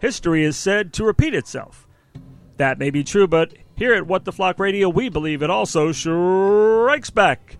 history is said to repeat itself. That may be true, but here at What the Flock Radio, we believe it also strikes back.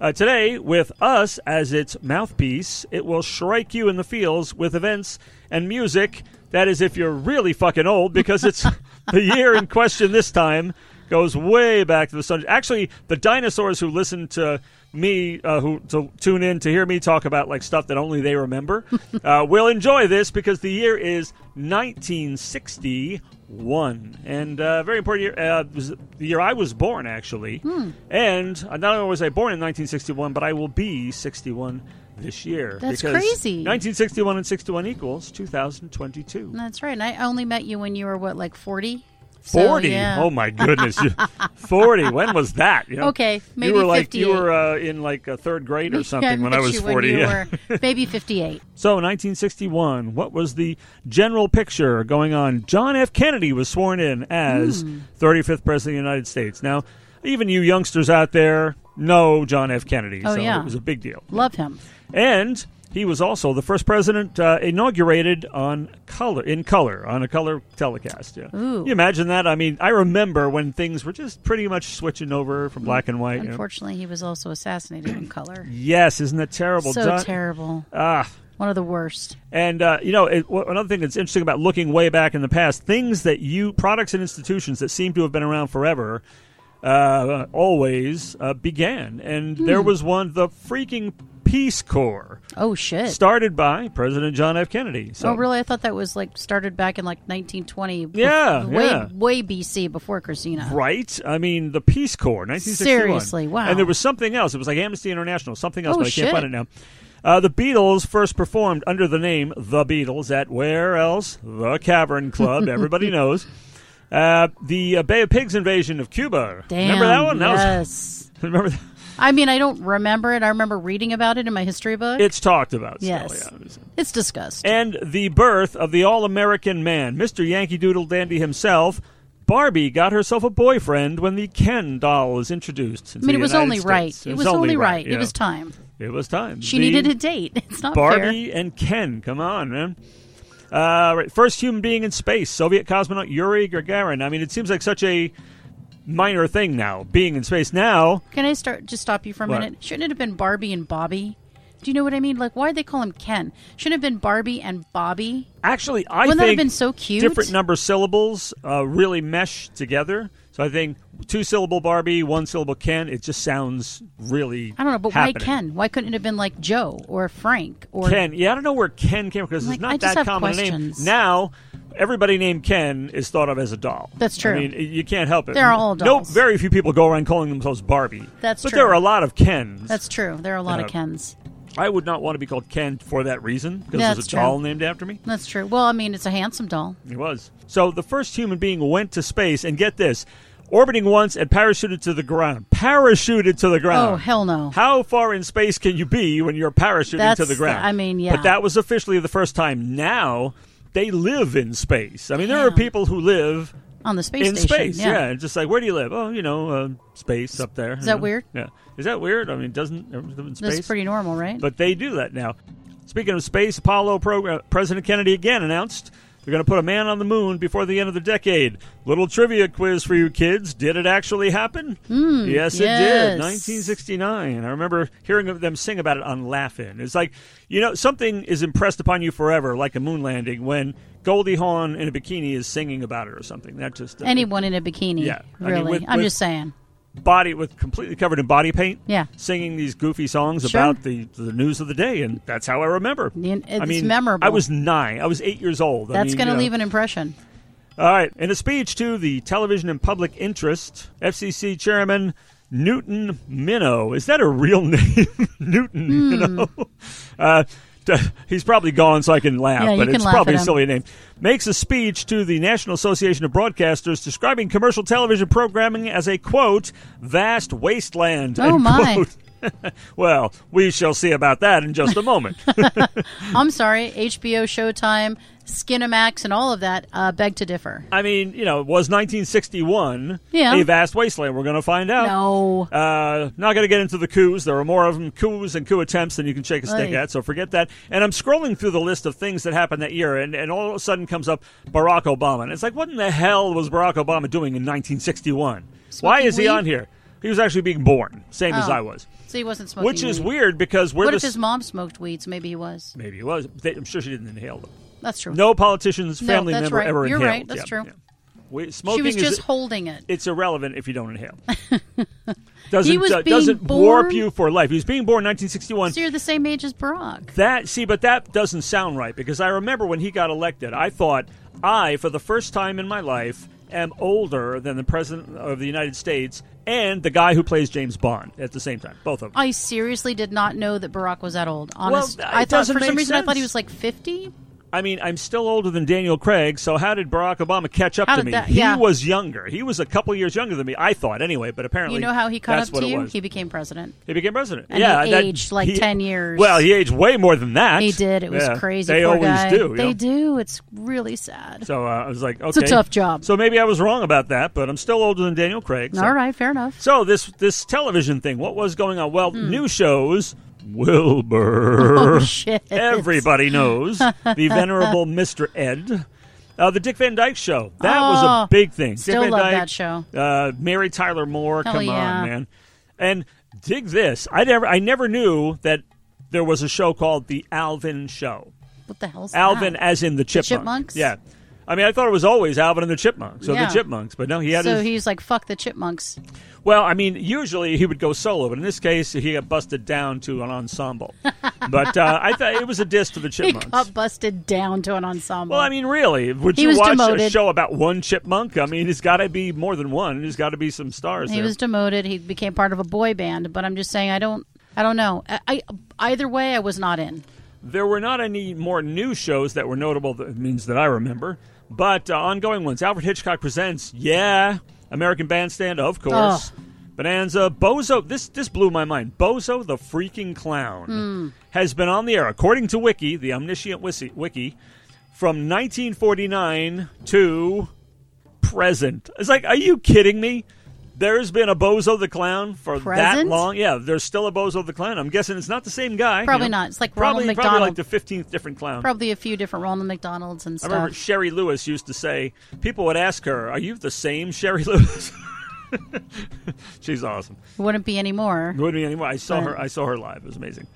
Uh, today, with us as its mouthpiece, it will strike you in the feels with events and music. That is, if you're really fucking old, because it's the year in question this time goes way back to the sun. Actually, the dinosaurs who listen to me, uh, who to tune in to hear me talk about like stuff that only they remember, uh, will enjoy this because the year is 1961, and uh, very important year. Uh, it was the year I was born, actually. Hmm. And uh, not only was I born in 1961, but I will be 61 this year. That's because crazy. 1961 and 61 equals 2022. That's right. And I only met you when you were what, like forty? 40 oh my goodness You- 40 when was that you know, Okay, maybe you were like you 58. were uh, in like uh, third grade or something when i was 40 When you yeah. were maybe fifty-eight. so 1961 what was the general picture going on john f kennedy was sworn in as Hmm. 35th president of the united states now even you youngsters out there know john f kennedy Oh, so yeah. it was a big deal Love him. and he was also the first president uh, inaugurated on color in color on a color telecast. Yeah. Ooh. You imagine that? I mean, I remember when things were just pretty much switching over Mm, from black and white. you know. Unfortunately, he was also assassinated in color. Yes, isn't that terrible? so Don- terrible. Ah, One of the worst. and uh, you know, it, wh- another thing that's interesting about looking way back in the past, things that you products and institutions that seem to have been around forever. Uh, always uh, began, and there was one, the freaking Peace Corps, Oh shit. started by President John F. Kennedy. So, Oh really? I thought that was like started back in like 1920. bef- Yeah, way, yeah. way BC before Christina. Right? I mean, the Peace Corps, 1961. Seriously, wow. And there was something else. It was like Amnesty International, something else, Oh, but I shit. can't find it now. Uh, the Beatles first performed under the name The Beatles at where else? The Cavern Club. Everybody knows. Uh, the uh, Bay of Pigs invasion of Cuba. Damn. remember that one? That was- Yes. remember that? I mean, I don't remember it. I remember reading about it in my history book. It's talked about. still, Yes. yeah. it's disgusting. And the birth of the all American man, Mr. Yankee Doodle Dandy himself. Barbie got herself a boyfriend when the Ken doll was introduced. I mean, it was only right. It was only right. It was time. time. It was time. She The needed a date. It's not fair. Barbie and Ken. Come on, man. Uh, right. First human being in space, Soviet cosmonaut Yuri Gagarin. I mean, it seems like such a minor thing now, being in space. Now, Can I start? Just stop you for a What? minute. Shouldn't it have been Barbie and Bobby? Do you know what I mean? Like, why'd they call him Ken? Shouldn't it have been Barbie and Bobby? actually, I Wouldn't that have think been so cute? different number syllables uh, really mesh together. So I think two syllable Barbie, one syllable Ken. It just sounds really. I don't know, but why happening. Ken? Why couldn't it have been like Joe or Frank or Ken. Yeah, I don't know where Ken came from because Like, it's not I just that have common a questions. name. Now, everybody named Ken is thought of as a doll. That's true. I mean, you can't help it. They're all No, dolls. very few people go around calling themselves Barbie. That's but true. there are a lot of Kens. That's true. There are a lot of Yeah. Kens. I would not want to be called Ken for that reason because That's there's a true. doll named after me. That's true. Well, I mean, it's a handsome doll. He was. So the first human being went to space, and get this, orbiting once and parachuted to the ground. Parachuted to the ground. Oh, hell no. How far in space can you be when you're parachuting That's to the the- ground? I mean, yeah. But that was officially the first time. Now they live in space. I mean, there are Damn. people who live On the space in station. space. Yeah. and just like where do you live? Oh, you know, uh, space up there. Is that weird? Yeah. Is that weird? I mean, doesn't everyone live in space? That's pretty normal, right? But they do that now. Speaking of space, Apollo program, President Kennedy again announced they're going to put a man on the moon before the end of the decade. Little trivia quiz for you kids. Did it actually happen? yes, it Hmm, yes. did. 1969. I remember hearing of them sing about it on Laugh-In. It's like, you know, something is impressed upon you forever, like a moon landing, when Goldie Hawn in a bikini is singing about it or something. That just uh, Anyone in a bikini. Yeah. I mean, Really. with- I'm with- just saying. body with completely covered in body paint. Yeah. singing these goofy songs Sure. about the the news of the day, and that's how I remember. Yeah, and I it's mean, memorable. I was nine. I was eight years old. I That's mean, going to you know. leave an impression. All right. In a speech to the Television and Public Interest FCC Chairman Newton Minow. Is that a real name? Newton Hmm. Minow. Uh, t- he's probably gone, so I can laugh, Yeah, you but can it's laugh probably at a him. silly name. Makes a speech to the National Association of Broadcasters describing commercial television programming as a quote vast wasteland. Oh, end my. quote. Well, we shall see about that in just a moment. I'm sorry, HBO, Showtime, Skinamax, and all of that uh, beg to differ. I mean, you know, it was 1961 Yeah. a vast wasteland? We're going to find out. No. Uh, not going to get into the coups. There are more of them, coups and coup attempts than you can shake a stick Oy. at, so forget that. And I'm scrolling through the list of things that happened that year, and, and all of a sudden comes up Barack Obama. And it's like, what in the hell was Barack Obama doing in 1961? Why Smoking is he weed? on here? He was actually being born, same as Oh. I was. So he wasn't smoking. Which is weed. weird because we're What the if his mom smoked weed? So maybe he was. maybe he was. They, I'm sure she didn't inhale them. That's true. No politician's No, family that's member right. ever You're inhaled. right. That's true. We, she smoking was is just holding it. it's irrelevant if you don't inhale. doesn't was uh, being doesn't warp born- you for life. He was being born in 1961. So you're the same age as Barack. That see, but that doesn't sound right because I remember when he got elected, I thought I, for the first time in my life, am older than the president of the United States and the guy who plays James Bond at the same time. Both of them. I seriously did not know that Barack was that old. Honest, it I thought doesn't for some make reason I thought he sense. was like 50. I mean, I'm still older than Daniel Craig, so how did Barack Obama catch up How to did me? that- he yeah. was younger. He was a couple years younger than me, I thought, anyway, but apparently You know how he caught that's up what to it you? was. He became president. He became president. And yeah, he that- aged, like, he- 10 years. Well, he aged way more than that. He did. It was Yeah, crazy. They Poor always guy. do. you They know? do. It's really sad. So uh, I was like, okay, a tough job. So maybe I was wrong about that, but I'm still older than Daniel Craig. So. All right, fair enough. So this this television thing, what was going on? Well, new shows. Wilbur. Hmm. Oh, shit. Everybody knows the venerable Mr. Ed. Uh, the Dick Van Dyke Show. That was Oh, a big thing. still Dick Van love Dyke, that show. Uh, Mary Tyler Moore. Hell come yeah. on, man. And dig this. I never, I never knew that there was a show called The Alvin Show. What the hell's Alvin, that? as in the chipmunks. Ah. Chipmunks? Yeah. I mean, I thought it was always Alvin and the Chipmunks, so Yeah. the Chipmunks. But no, he had so his. he's like, fuck the chipmunks. Well, I mean, usually he would go solo, but in this case, he got busted down to an ensemble. but uh, I thought it was a diss to the He Chipmunks. got busted down to an ensemble. Well, I mean, really, would He you was watch a demoted. show about one chipmunk? I mean, it's got to be more than one. There's got to be some stars he there. was demoted. He became part of a boy band. But I'm just saying, I don't, I don't know. I, I either way, I was not in. There were not any more new shows that were notable. That means that I remember, but uh, ongoing ones. Alfred Hitchcock presents. Yeah, American Bandstand, of course. Bonanza, Bozo. This this blew my mind. Bozo the freaking clown has been on the air, according to Wiki, the omniscient wisi- Wiki, from 1949 to present. It's like, are you kidding me? There's been a Bozo the Clown for that Present? long. Yeah, there's still a Bozo the Clown. I'm guessing it's not the same guy. Probably you know? not. It's like probably, Ronald Probably like McDonald. the 15th different clown. Probably a few different Ronald McDonald's and I stuff. remember Sherry Lewis used to say, people would ask her, are you the same Sherry Lewis? She's awesome. Wouldn't be anymore. Wouldn't be anymore. I saw Right. her. I saw her live. It was amazing.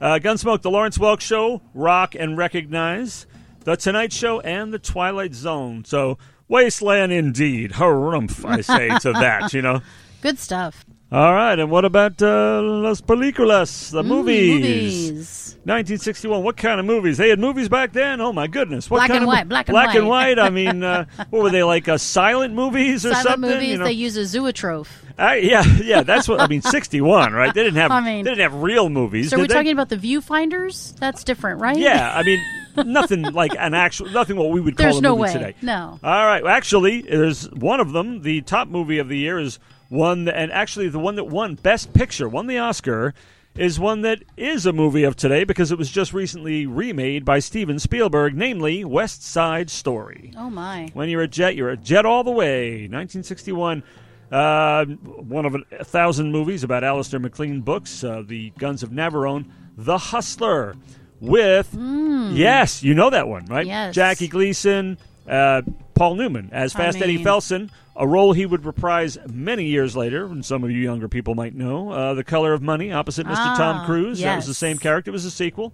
Uh, Gunsmoke, The Lawrence Welk Show, Rock and Recognize, The Tonight Show, and The Twilight Zone. So wasteland indeed. Harumph, I say to that. You know. Good stuff. All right, and what about uh, las películas, the movies? Mm, Movies. 1961. What kind of movies? They had movies back then. Oh my goodness! What Black kind and of white, black and white. white. I mean, uh, what were they like? Uh, silent movies or Silent something? movies. you know? They use a zoetrope. I, yeah, yeah. That's what I mean. 61, right? They didn't have. I mean- they didn't have real movies. So did we're they? talking about the viewfinders. That's different, right? Yeah, I mean, nothing like an actual, nothing what we would call There's a no movie way. today. No. All right. Well, actually, there's one of them. The top movie of the year is one, that, and actually the one that won Best Picture, won the Oscar, is one that is a movie of today because it was just recently remade by Steven Spielberg, namely West Side Story. Oh my. When you're a jet, you're a jet all the way. 1961. Uh, one of a thousand movies about Alistair McLean books, uh, The Guns of Navarone, The Hustler, with, yes, you know that one, right? Hmm. Yes. Jackie Gleason, uh, Paul Newman as Fast Eddie mean- Felsen, a role he would reprise many years later, and some of you younger people might know. Uh, the Color of Money, opposite Mr. Tom Ah, Cruise. That was the yes. same character. It was a sequel.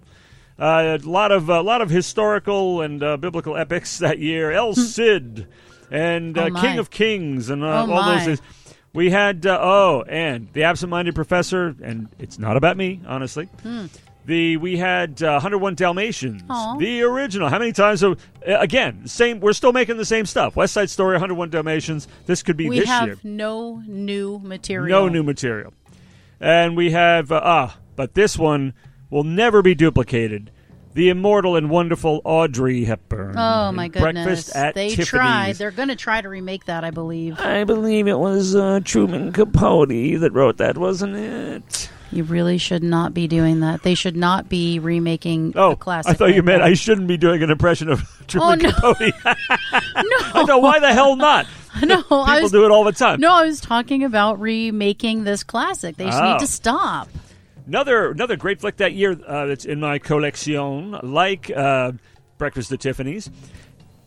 Uh, a lot of a lot of historical and uh, biblical epics that year. El Cid and uh, Hmm. Oh, my. King of Kings and uh, all Oh, those my. things. We had uh, oh, and the absent-minded professor, and it's not about me, honestly. The we had uh, 101 Dalmatians, Hmm. Aw. the original. How many times? Have, uh, again, same. We're still making the same stuff. West Side Story, 101 Dalmatians. This could be We this have year. no new material. No new material. And we have, uh, ah, but this one will never be duplicated. The immortal and wonderful Audrey Hepburn. Oh in my goodness. Breakfast at they Tiffany's. tried. They're going to try to remake that, I believe. I believe it was uh, Truman Capote that wrote that, wasn't it? You really should not be doing that. They should not be remaking Oh, a classic. I thought you like meant that. I shouldn't be doing an impression of Oh, Truman no. Capote. no, I know why the hell not. no, I People was do it all the time. no, I was talking about remaking this classic. They just Oh. need to stop. Another another great flick that year uh, that's in my collection, like uh, Breakfast at Tiffany's.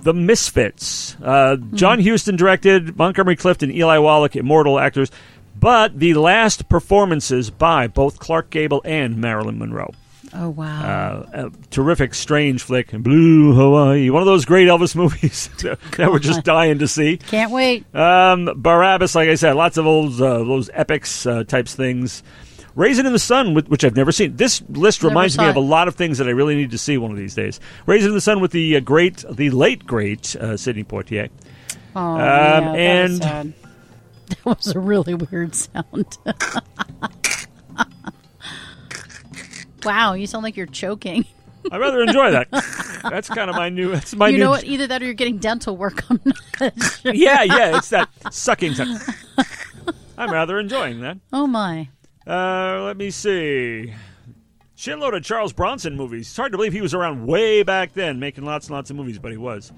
The Misfits. Uh, John Huston directed, Montgomery Clift and Eli Wallach, immortal actors, but the last performances by both Clark Gable and Marilyn Monroe. Oh wow. Uh, a terrific, strange flick. Blue Hawaii, one of those great Elvis movies that we're just dying to see. Can't wait. Um, Barabbas, like I said, lots of those uh, those epics uh, types things. Raisin in the Sun, with, which I've never seen. This list Never reminds saw me of it. a lot of things that I really need to see one of these days. Raisin in the Sun with the uh, great, the late great uh, Sidney Poitier. Oh, yeah, that was um, and- sad. that was a really weird sound. wow, you sound like you're choking. I rather enjoy that. that's kind of my new. That's my you new. know what? Either that or you're getting dental work. I'm not sure. Yeah, yeah, it's that sucking sound. I'm rather enjoying that. Oh my. Uh, let me see. Shitload of Charles Bronson movies. It's hard to believe he was around way back then, making lots and lots of movies, but he was.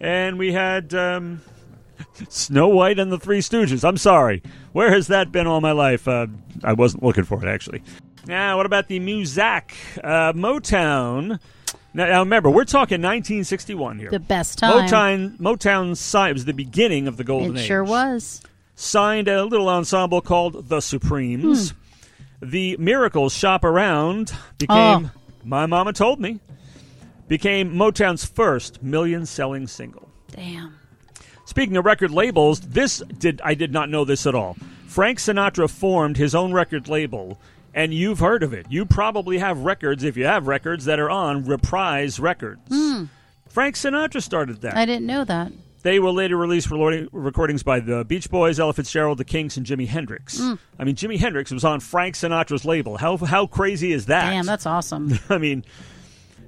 And we had um, Snow White and the Three Stooges. I'm sorry. Where has that been all my life? Uh, I wasn't looking for it, actually. Now, what about the Muzak? Uh, Motown. Now, now, remember, we're talking 1961 here. The best time. Motown, Motown si- it was the beginning of the Golden It Age sure was. signed a little ensemble called The Supremes. The Miracles Shop Around became, my mama told me, became Motown's first million selling single. Damn. Speaking of record labels, this did I did not know this at all. Frank Sinatra formed his own record label, and you've heard of it. You probably have records, if you have records, that are on Reprise Records. Frank Sinatra started that. I didn't know that. They will later release reloading- recordings by the Beach Boys, Ella Fitzgerald, The Kinks, and Jimi Hendrix. Mm. I mean, Jimi Hendrix was on Frank Sinatra's label. How how crazy is that? Damn, that's awesome. I mean,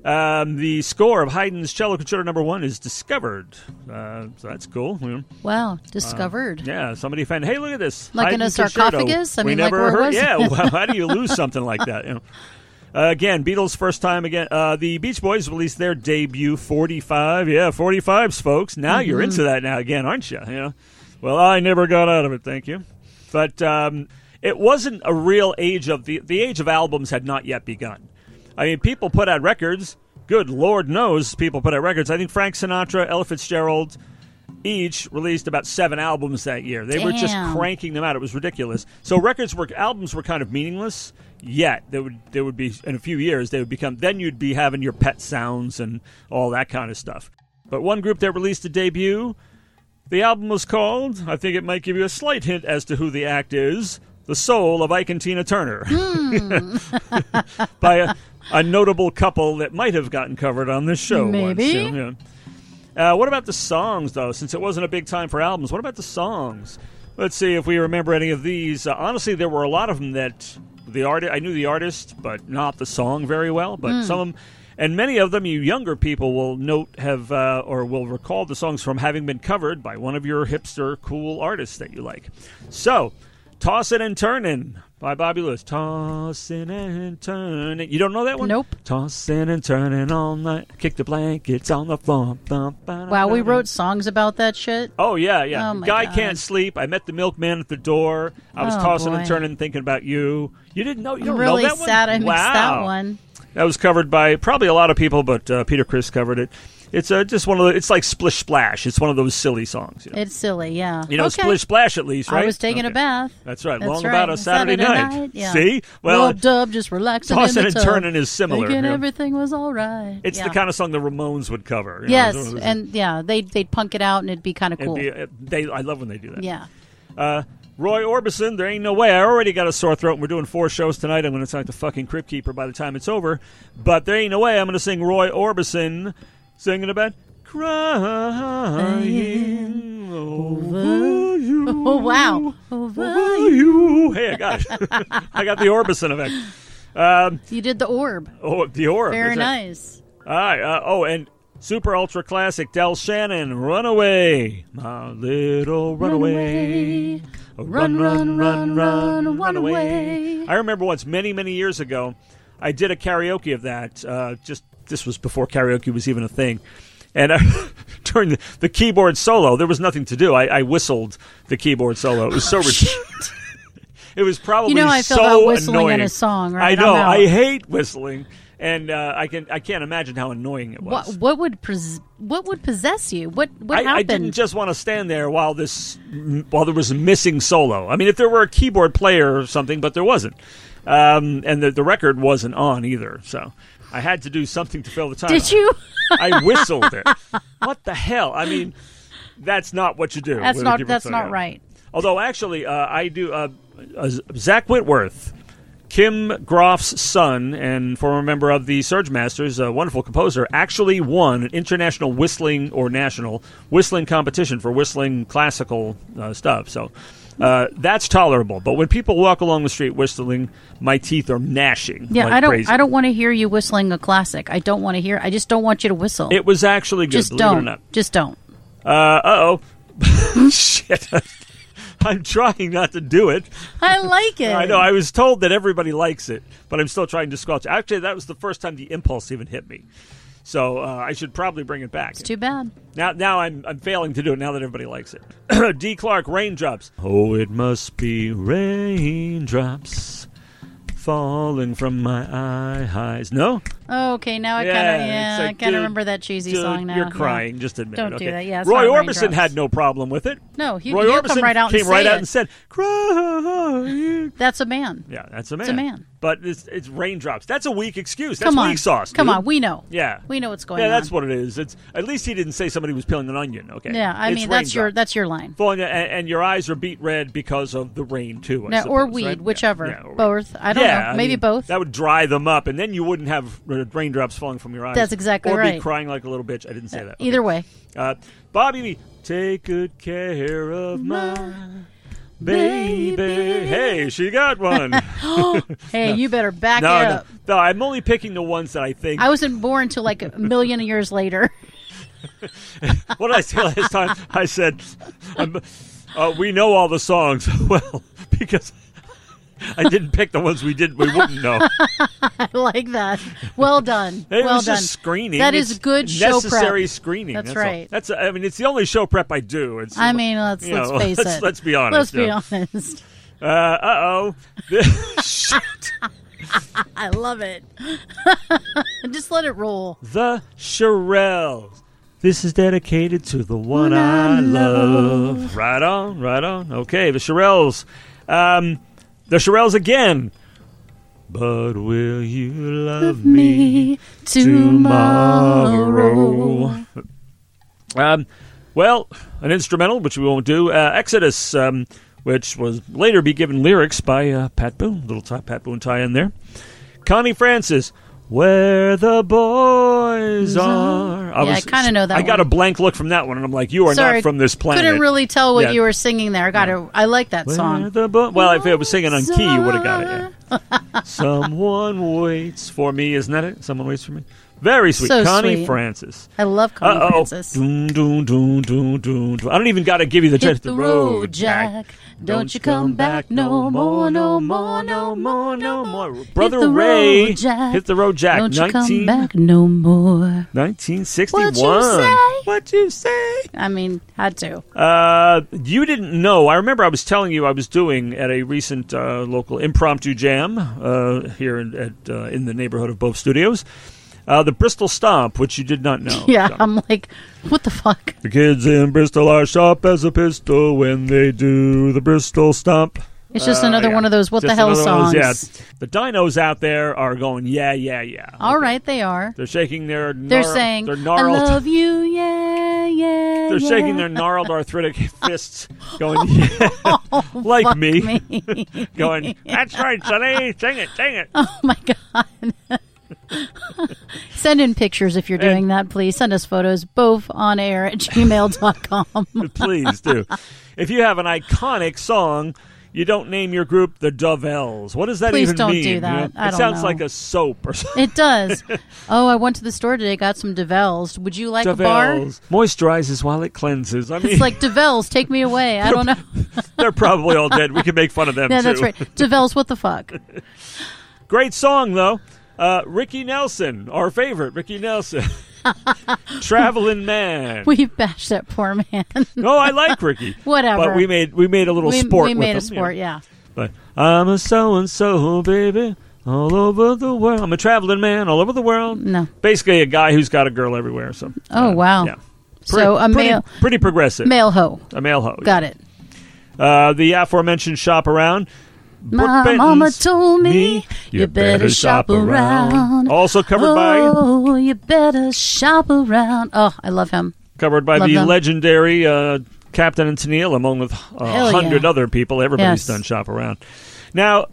um, the score of Haydn's Cello Concerto Number One is discovered, uh, so that's cool. Yeah. Wow, discovered. Um, Yeah, somebody found. Hey, look at this. Like in a Haydn Concerto. sarcophagus? I we mean, like, never where heard. was it? yeah, well, how do you lose something like that? You know? Uh, again, Beatles first time again. Uh, the Beach Boys released their debut 45. Yeah, 45s, folks. Now Mm-hmm. you're into that now again, aren't you? Yeah. Well, I never got out of it. Thank you. But um, it wasn't a real age of the the age of albums had not yet begun. I mean, people put out records. Good Lord knows people put out records. I think Frank Sinatra, Ella Fitzgerald, each released about seven albums that year. They were just Damn. cranking them out. It was ridiculous. So records were albums were kind of meaningless. Yet they would they would be in a few years they would become. Then you'd be having your pet sounds and all that kind of stuff. But one group that released a debut, the album was called. I think it might give you a slight hint as to who the act is. The Soul of Ike and Tina Turner, Hmm. by a, a notable couple that might have gotten covered on this show. Once, Maybe. yeah, yeah. Uh, what about the songs, though? Since it wasn't a big time for albums, what about the songs? Let's see if we remember any of these. Uh, honestly, there were a lot of them that the art I knew the artist, but not the song very well. But some of them, and many of them, you younger people will note have uh, or will recall the songs from having been covered by one of your hipster cool artists that you like. So, "Tossin' and Turnin'" by Bobby Lewis. Tossin' and turnin'. You don't know that one? Nope. Tossing and turning all night. Kick the blankets on the floor. Wow, we wrote songs about that shit. Oh yeah, yeah. Oh, my Guy God. can't sleep. I met the milkman at the door. I was Oh, tossing and boy. turning, thinking about you. You didn't know. You I'm don't really know that sad one? I missed wow. that one. That was covered by probably a lot of people, but uh, Peter Chris covered it. It's uh, just one of the. It's like Splish Splash. It's one of those silly songs. You know, It's silly, yeah. You know, okay. Splish Splash. At least, right? I was taking a Okay. bath. That's right. That's Long right. about a Saturday, night. yeah. See, well, Well, dub just relaxing. in tossing the and tub, turning is similar. Thinking yeah. everything was all right. It's Yeah. the kind of song the Ramones would cover. you know, Yes, it's one of those- and yeah, they'd they'd punk it out and it'd be kind of It'd cool. be- it- they, I love when they do that. yeah. Uh, Roy Orbison, there ain't no way. I already got a sore throat, and we're doing four shows tonight. I'm going to sound like the fucking Crypt Keeper by the time it's over. But there ain't no way I'm going to sing Roy Orbison singing about crying over you. Oh wow. Over- Over you. Hey, I got it. I got the Orbison effect. Um, You did the orb. oh, the orb. Very is it? nice. All right. Uh, oh, and Super Ultra Classic Del Shannon, Runaway. My little runaway. Run, run, run, run, run away. I remember once, many, many years ago, I did a karaoke of that. Uh, just This was before karaoke was even a thing. And I, during the, the keyboard solo, there was nothing to do. I, I whistled the keyboard solo. It was so ridiculous. It was probably Oh, You know, I so feel about whistling in annoying. a song, I right? know. I'm out. I hate whistling, and uh, I can I can't imagine how annoying it was. What what would pres- what would possess you? What what I, I happened? didn't just want to stand there while this while there was a missing solo. I mean, if there were a keyboard player or something, but there wasn't, um, and the, the record wasn't on either. So I had to do something to fill the time. Did you? I whistled it. What the hell? I mean, that's not what you do. That's with a not keyboard that's player. not right. Although, actually, uh, I do. Uh, uh, Zach Whitworth, Kim Groff's son and former member of the Surge Masters, a wonderful composer, actually won an international whistling or national whistling competition for whistling classical uh, stuff. So uh, that's tolerable. But when people walk along the street whistling, my teeth are gnashing. Yeah, like I don't crazy. I don't want to hear you whistling a classic. I don't want to hear. I just don't want you to whistle. It was actually good. just believe it or don't. not. Just don't. Uh oh. Shit. I'm trying not to do it. I like it. I know. I was told that everybody likes it, but I'm still trying to squelch. it. Actually, that was the first time the impulse even hit me. So uh, I should probably bring it back. Too bad. Now, now I'm I'm failing to do it. Now that everybody likes it. D. Clark, raindrops. Oh, it must be raindrops falling from my eye eyes. No, Okay, now I Yeah, kind it's of yeah, like, I kind dude, of remember that cheesy Dude, song now. you're yeah. crying. Just admit Don't it. do okay? that. Yeah, it's Roy not Orbison raindrops. had no problem with it. No, you, Roy you Orbison come right out came and right say out it. and said, "Cry." That's a man. Yeah, that's a man. a man. But it's, it's raindrops. That's a weak excuse. That's Come on, weak sauce. Come dude. on, we know. Yeah. we know what's going yeah, on. that's what it is. It's at least he didn't say somebody was peeling an onion. Okay. Yeah, I It's mean that's your raindrops. that's your line. Falling, and, and your eyes are beat red because of the rain too. I No, or suppose, weed, right? Yeah, whichever, yeah, or weed. both. I don't Yeah, know, I maybe mean, both. That would dry them up, and then you wouldn't have uh, raindrops falling from your eyes. That's exactly or Or be right. crying like a little bitch. I didn't say that. Okay. Either way, Uh, Bobby, take good care of my baby. baby. Hey, she got one. hey, you better back no, it no, up. no, I'm only picking the ones that I think. I wasn't born until like a million years later. what did I say last time? I said, um, uh, "We know all the songs well because I didn't pick the ones we did we wouldn't know." I like that. Well done. It well was done. just screening. That is It's good show prep. necessary screening. That's all. right. That's I mean, it's the only show prep I do. It's, I mean, let's you let's know, face let's- it. let's be honest, Let's be yeah. honest. uh oh. I love it. just let it roll. The Shirelles. This is dedicated to the one I, I love. Right on, right on. Okay, the Shirelles. Um, the Shirelles again. But will you love me Me tomorrow. tomorrow? Um, well, an instrumental, which we won't do. Uh, Exodus, um, which was later be given lyrics by uh, Pat Boone. Little tie, Pat Boone tie in there. Connie Francis, where the boys are. Yeah, I kinda know that I got a one. blank look from that one, and I'm like, you are Sorry, not from this planet. Couldn't really tell what Yeah. you were singing there. Got to I like that Where song. the bo- well, if it was singing on key, you would have got it. Yeah. Someone waits for me, isn't that it? Someone waits for me. Very sweet, So Connie sweet. Francis. I love Connie Uh oh. Francis. I don't even got to give you the Hit chance. the road, Jack. Don't you come back no more, no more, no more, no more. Brother Hit the Ray. road, Jack. Hit the road, Jack. Don't 19, you come back no more. 1961. say? What you say? I mean, had to. Uh, you didn't know. I remember I was telling you I was doing at a recent uh, local impromptu jam uh, here in, at, uh, in the neighborhood of both studios. Uh, the Bristol Stomp, which you did not know. Yeah, So- I'm like, what the fuck? The kids in Bristol are sharp as a pistol when they do the Bristol stomp. It's just another Uh, yeah. one of those what the Just hell another one of songs. those- yeah. The dinos out there are going, yeah, yeah, yeah. All right, they are. They're shaking their They're gnarled, saying, their I gnarled, love you, yeah, yeah. they're yeah. shaking their gnarled arthritic fists, going, yeah, like me, Oh, me. going, that's right, sonny, sing it, sing it. Oh my god. Send in pictures if you're doing And- that, please. Send us photos, both on air at gmail.com. Please do. If you have an iconic song, You don't name your group the Dovels. What does that Please even don't mean? do you know? that. I it don't sounds know. like a soap or something. It does. oh, I went to the store today, got some Devels. Would you like a bar? Dovels moisturizes while it cleanses. I mean, It's like Devels, take me away. I don't know. they're probably all dead. We can make fun of them Yeah, too. that's right. Devels, what the fuck? Great song though. Uh, Ricky Nelson, our favorite, Ricky Nelson. Traveling man. We bashed that poor man. no, I like Ricky. Whatever. But we made we made a little we, sport. we with made a him, you know. sport, yeah. But I'm a so and so baby all over the world. I'm a traveling man all over the world. No. Basically, a guy who's got a girl everywhere. So. Oh, uh, wow. Yeah. So a pretty, male- pretty progressive. Male ho. A male ho. Got it. Uh, the aforementioned shop around. My Brooke mama Benton's told Me, me you better shop around. Also covered by Oh, you better shop around. Oh, I love him. covered by Love the them. legendary uh, Captain and Tennille, among with a Hell hundred yeah. other people. Everybody's Yes. done shop around. Now,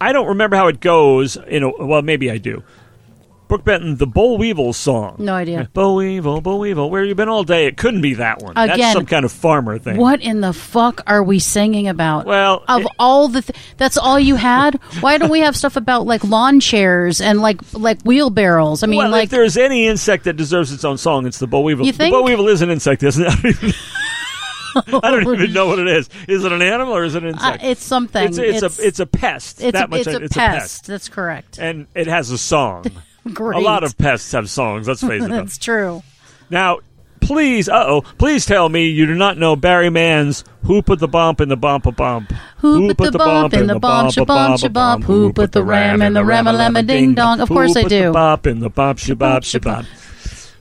I don't remember how it goes. In a, well, maybe I do. Brooke Benton, the Bull Weevil song. No idea. Bull Weevil, Bull Weevil, where you been all day? It couldn't be that one. That's Again, some kind of farmer thing. What in the fuck are we singing about? Well, of it- all the, th- that's all you had. Why don't we have stuff about like lawn chairs and like like wheelbarrows? I mean, well, like if there's any insect that deserves its own song, it's the boll weevil. You The boll think? weevil is an insect, isn't it? I don't even know what it is. Is it an animal or is it an uh, insect? it's something. it's, it's, a it's a pest. it's that a, much it's I- a pest. That's correct. and it has a song. Great. a lot of pests have songs. Let's face it. That's true. now, please, uh oh, please tell me you do not know Barry Mann's "Who Put the Bump in the Bump a Bump." Who put the bump in the bump, shabump, shabump? Who put the ram in the ram a lam a ding dong? Of Who course I put the do. bop in the bop shabop shabop. shabop?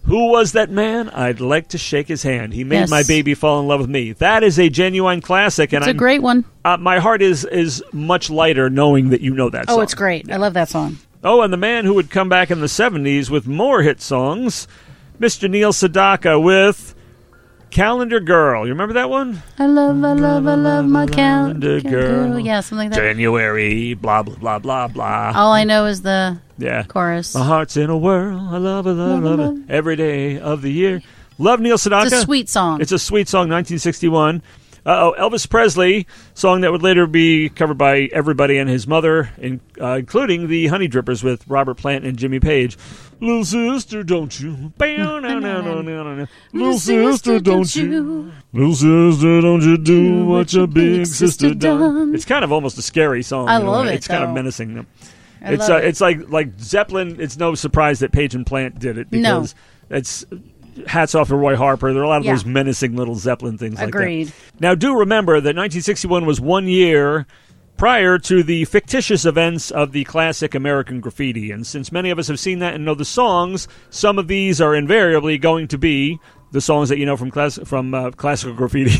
Who was that man? I'd like to shake his hand. He made Yes. my baby fall in love with me. That is a genuine classic, and It's a I'm- great one. uh, my heart is is much lighter knowing that you know that. Oh, song. it's great. I love that song. Oh, and the man who would come back in the 70s with more hit songs, Mr. Neil Sedaka with Calendar Girl. You remember that one? I love, I love, I love my Calendar calendar girl. girl. Yeah, something like that. January, blah, blah, blah, blah, blah. All I know is the yeah. chorus. My heart's in a whirl. I love it, love, love, it. Every day of the year. Love Neil Sedaka. It's a sweet song. It's a Mm-hmm. sweet song, 1961. Uh oh, Elvis Presley, song that would later be covered by everybody and his mother, in, uh, including the Honey Drippers with Robert Plant and Jimmy Page. Little sister, don't you? Ba-na-na-na-na-na. Mm-hmm. Little sister, don't you? Little sister, don't you do what your big sister done? It's kind of almost a scary song. I in a love way. it, It's kind of though. menacing. I it's love uh, it. it's like like Zeppelin. It's no surprise that Page and Plant did it No. because it's hats off to Roy Harper. There are a lot of Yeah. those menacing little Zeppelin things like Agreed. that. Now, do remember that 1961 was one year prior to the fictitious events of the classic American Graffiti, and since many of us have seen that and know the songs, some of these are invariably going to be. The songs that you know from class from uh, classical graffiti,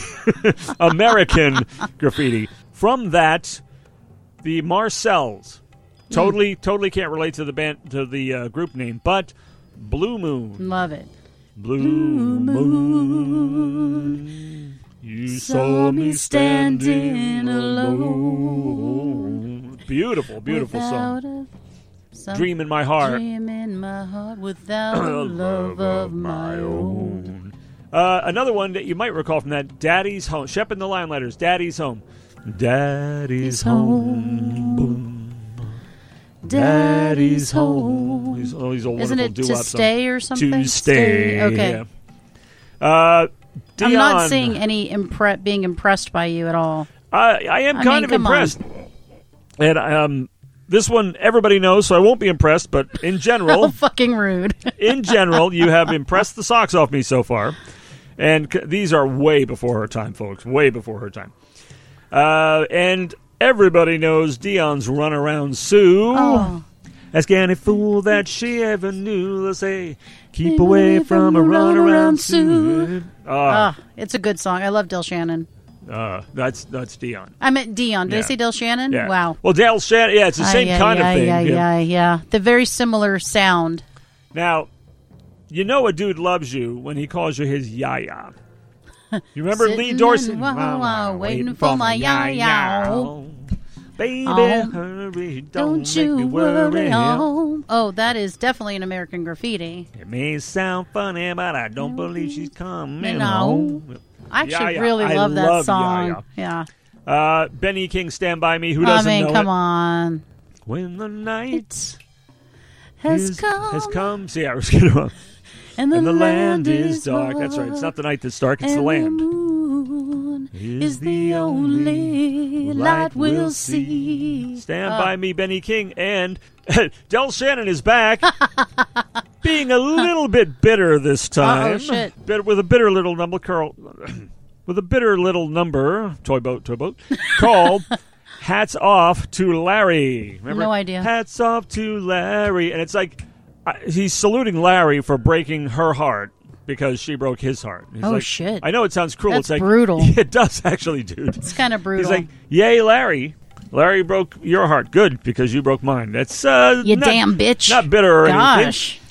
American graffiti. From that, the Marcells. Mm. Totally, totally can't relate to the band to the uh, group name, but Blue Moon. Love it. Blue moon, you saw me standing alone. Beautiful, beautiful song. Without a- some Dream in my heart. dream in my heart without a love of my own. Uh, another one that you might recall from that Daddy's Home. Shep and the Limelighters, Daddy's Home. Daddy's Home. Boom. Daddy's Home. He's, oh, he's a wonderful Isn't it to doo-wop song. stay or something? To stay. Okay. yeah. Uh, I'm Dion, not seeing any impre- being impressed by you at all. I, I am I kind of mean, come on. impressed. And um, this one everybody knows, so I won't be impressed. But in general, Fucking rude. in general, you have impressed the socks off me so far. And c- these are way before her time, folks. Way before her time. Uh, and everybody knows Dion's runaround Sue. Oh. Ask any fool that she ever knew. They'll say, "Keep away from a runaround Sue." Uh, Ah, it's a good song. I love Del Shannon. uh, that's that's Dion. I meant Dion. Did Yeah. I say Del Shannon? Yeah. Wow. Well, Dale Shannon. Yeah, it's the same Ay, ay, kind ay, of thing. ay, yeah. ay, yeah. The very similar sound. Now, you know a dude loves you when he calls you his yaya. You remember Lee Sitting Dorsey? in wah, wah, wah, waiting for my yaya. Baby, Oh. hurry, Don't, don't, you make me worry. worry. Oh. oh, that is definitely an American graffiti. It may sound funny, but I don't believe she's coming No. home. I actually Yaya. really I love that love song. Yaya. Yeah. Uh, Benny King, Stand By Me. Who I doesn't mean, know come it? on. When the night It's has is- come, has come. See, I was gonna. and the, And the land is dark. wide, That's right. It's not the night that's dark. It's and the land. moon is the only light we'll see. Stand Oh. by me, Benny King, and Del Shannon is back, being a little bit bitter this time. shit. Bit- with a bitter little number curl, with a bitter little number toy boat toy boat called. Hats off to Larry. Remember? No idea. Hats off to Larry, and it's like I, he's saluting Larry for breaking her heart because she broke his heart. He's Oh, like- shit. I know it sounds cruel. That's it's like brutal. It does actually, dude. It's kind of brutal. He's like, "Yay, Larry! Larry broke your heart. Good because you broke mine. That's uh, you not, damn bitch. not bitter or anything." Gosh.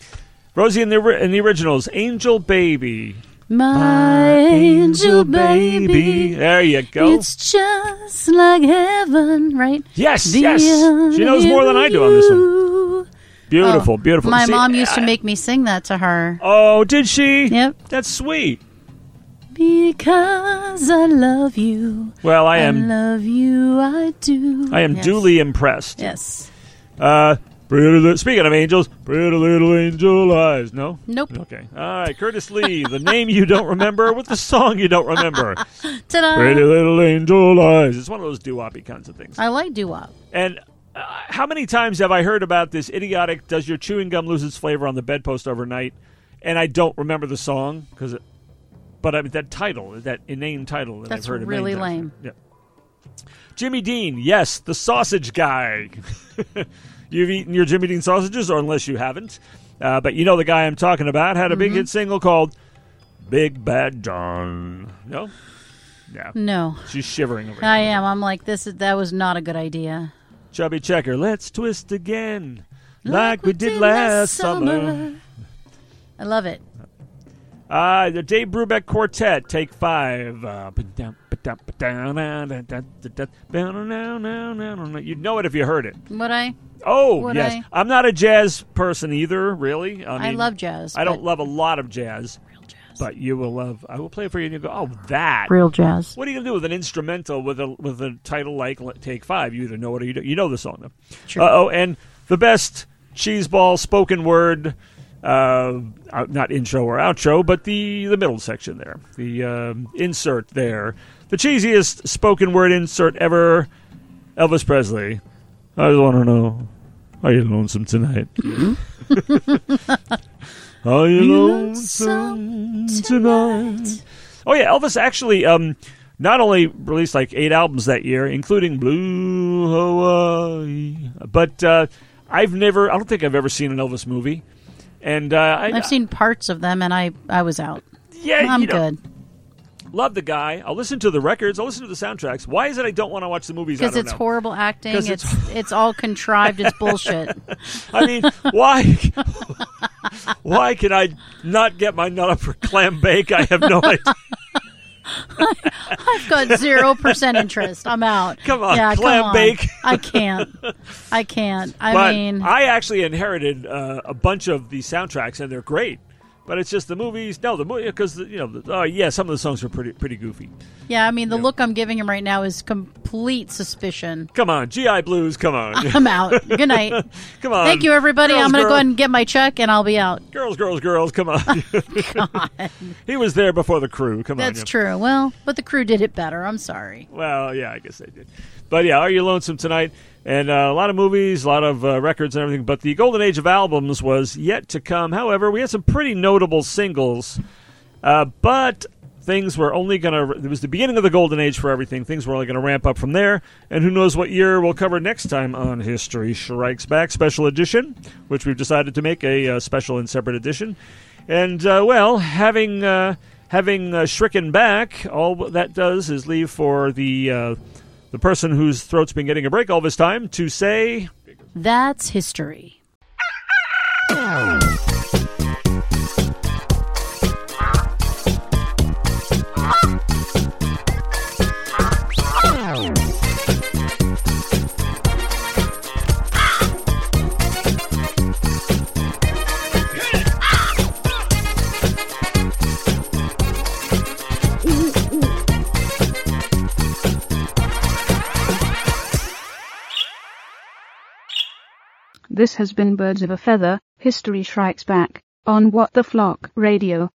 Rosie and the ori- and the originals, Angel Baby, My angel baby. There you go. It's just like heaven, right? yes, yes. She knows more than I do on this one. one. Beautiful, beautiful. Oh, My See, mom used to I- make me sing that to her. Oh, did she? Yep. That's sweet. Because I love you. Well, I I, am. love you, I do. I am Yes. duly impressed. Yes. Uh, pretty li- speaking of angels, pretty little angel eyes. No. Nope. Okay. All right. Curtis Lee, the name you don't remember with the song you don't remember. Ta-da. Pretty little angel eyes. It's one of those doo-woppy kinds of things. I like doo-wop. And uh, how many times have I heard about this idiotic? Does your chewing gum lose its flavor on the bedpost overnight? And I don't remember the song because, but I mean that title, that inane title that That's I've heard. a really million times. lame. Yeah. Jimmy Dean, yes, the sausage guy. You've eaten your Jimmy Dean sausages, or unless you haven't, uh, but you know the guy I'm talking about had a big Mm-hmm. hit single called "Big Bad John." No, yeah, No. she's shivering over. here. I am. I'm like, this is, that was not a good idea. Chubby Checker, let's twist again, like, we did last summer. I love it. Uh, the Dave Brubeck Quartet, take five. Uh, You'd know it if you heard it. Would I? Oh, Would yes. I? I'm not a jazz person either, really. I, I mean, love jazz. I don't but- love a lot of jazz, real jazz. but you will love. I will play it for you, and you go, "Oh, that." Real jazz. What are you gonna do with an instrumental with a with a title like like Take Five? You either know it or you don't. You know the song though. Sure. Uh oh, and the best cheeseball spoken word, uh, out- not intro or outro, but the the middle section there, the um, insert there, the cheesiest spoken word insert ever. Elvis Presley. I just want to know, are you lonesome tonight? Mm-hmm. are you lonesome tonight? Oh yeah, Elvis actually um, not only released like eight albums that year, including Blue Hawaii, but uh, I've never, I don't think I've ever seen an Elvis movie. And uh, I, I've seen parts of them, and I I was out. yeah, I'm you know, good Love the guy. I'll listen to the records. I'll listen to the soundtracks. Why is it I don't want to watch the movies? I because don't it's know. horrible acting. 'Cause It's it's it's, all contrived. It's bullshit. I mean, why? why can I not get my nut up for clam bake? I have no idea. I've got zero percent interest. I'm out. Come on, yeah, clam come on. bake. I can't. I can't. I But mean, I actually inherited uh, a bunch of the soundtracks, and they're great. But it's just the movies. No, the movie because you know, the, oh yeah, some of the songs are pretty pretty goofy. yeah, I mean, the look I'm giving him right now is complete suspicion. Come on, GI Blues. Come on, I'm out. Good night. come on. Ah, Thank you, everybody. Um, Girls, I'm going to girl- go ahead and get my check, and I'll be out. Girls, girls, girls. Come on. he was there before the crew. Come on. That's yeah. true. Well, but the crew did it better. I'm sorry. Well, yeah, I guess they did. But yeah, Are You Lonesome Tonight? And uh, a lot of movies, a lot of uh, records and everything. But the golden age of albums was yet to come. However, we had some pretty notable singles. Uh, but things were only going to, it was the beginning of the golden age for everything. Things were only going to ramp up from there. And who knows what year we'll cover next time on History Strikes Back Special Edition, which we've decided to make a uh, special and separate edition. And, uh, well, having. Uh, Having uh, shricken back, all that does is leave for the uh, the person whose throat's been getting a break all this time to say That's history. Ooh, ooh. This has been Birds of a Feather, History Strikes Back, on What the Flock Radio.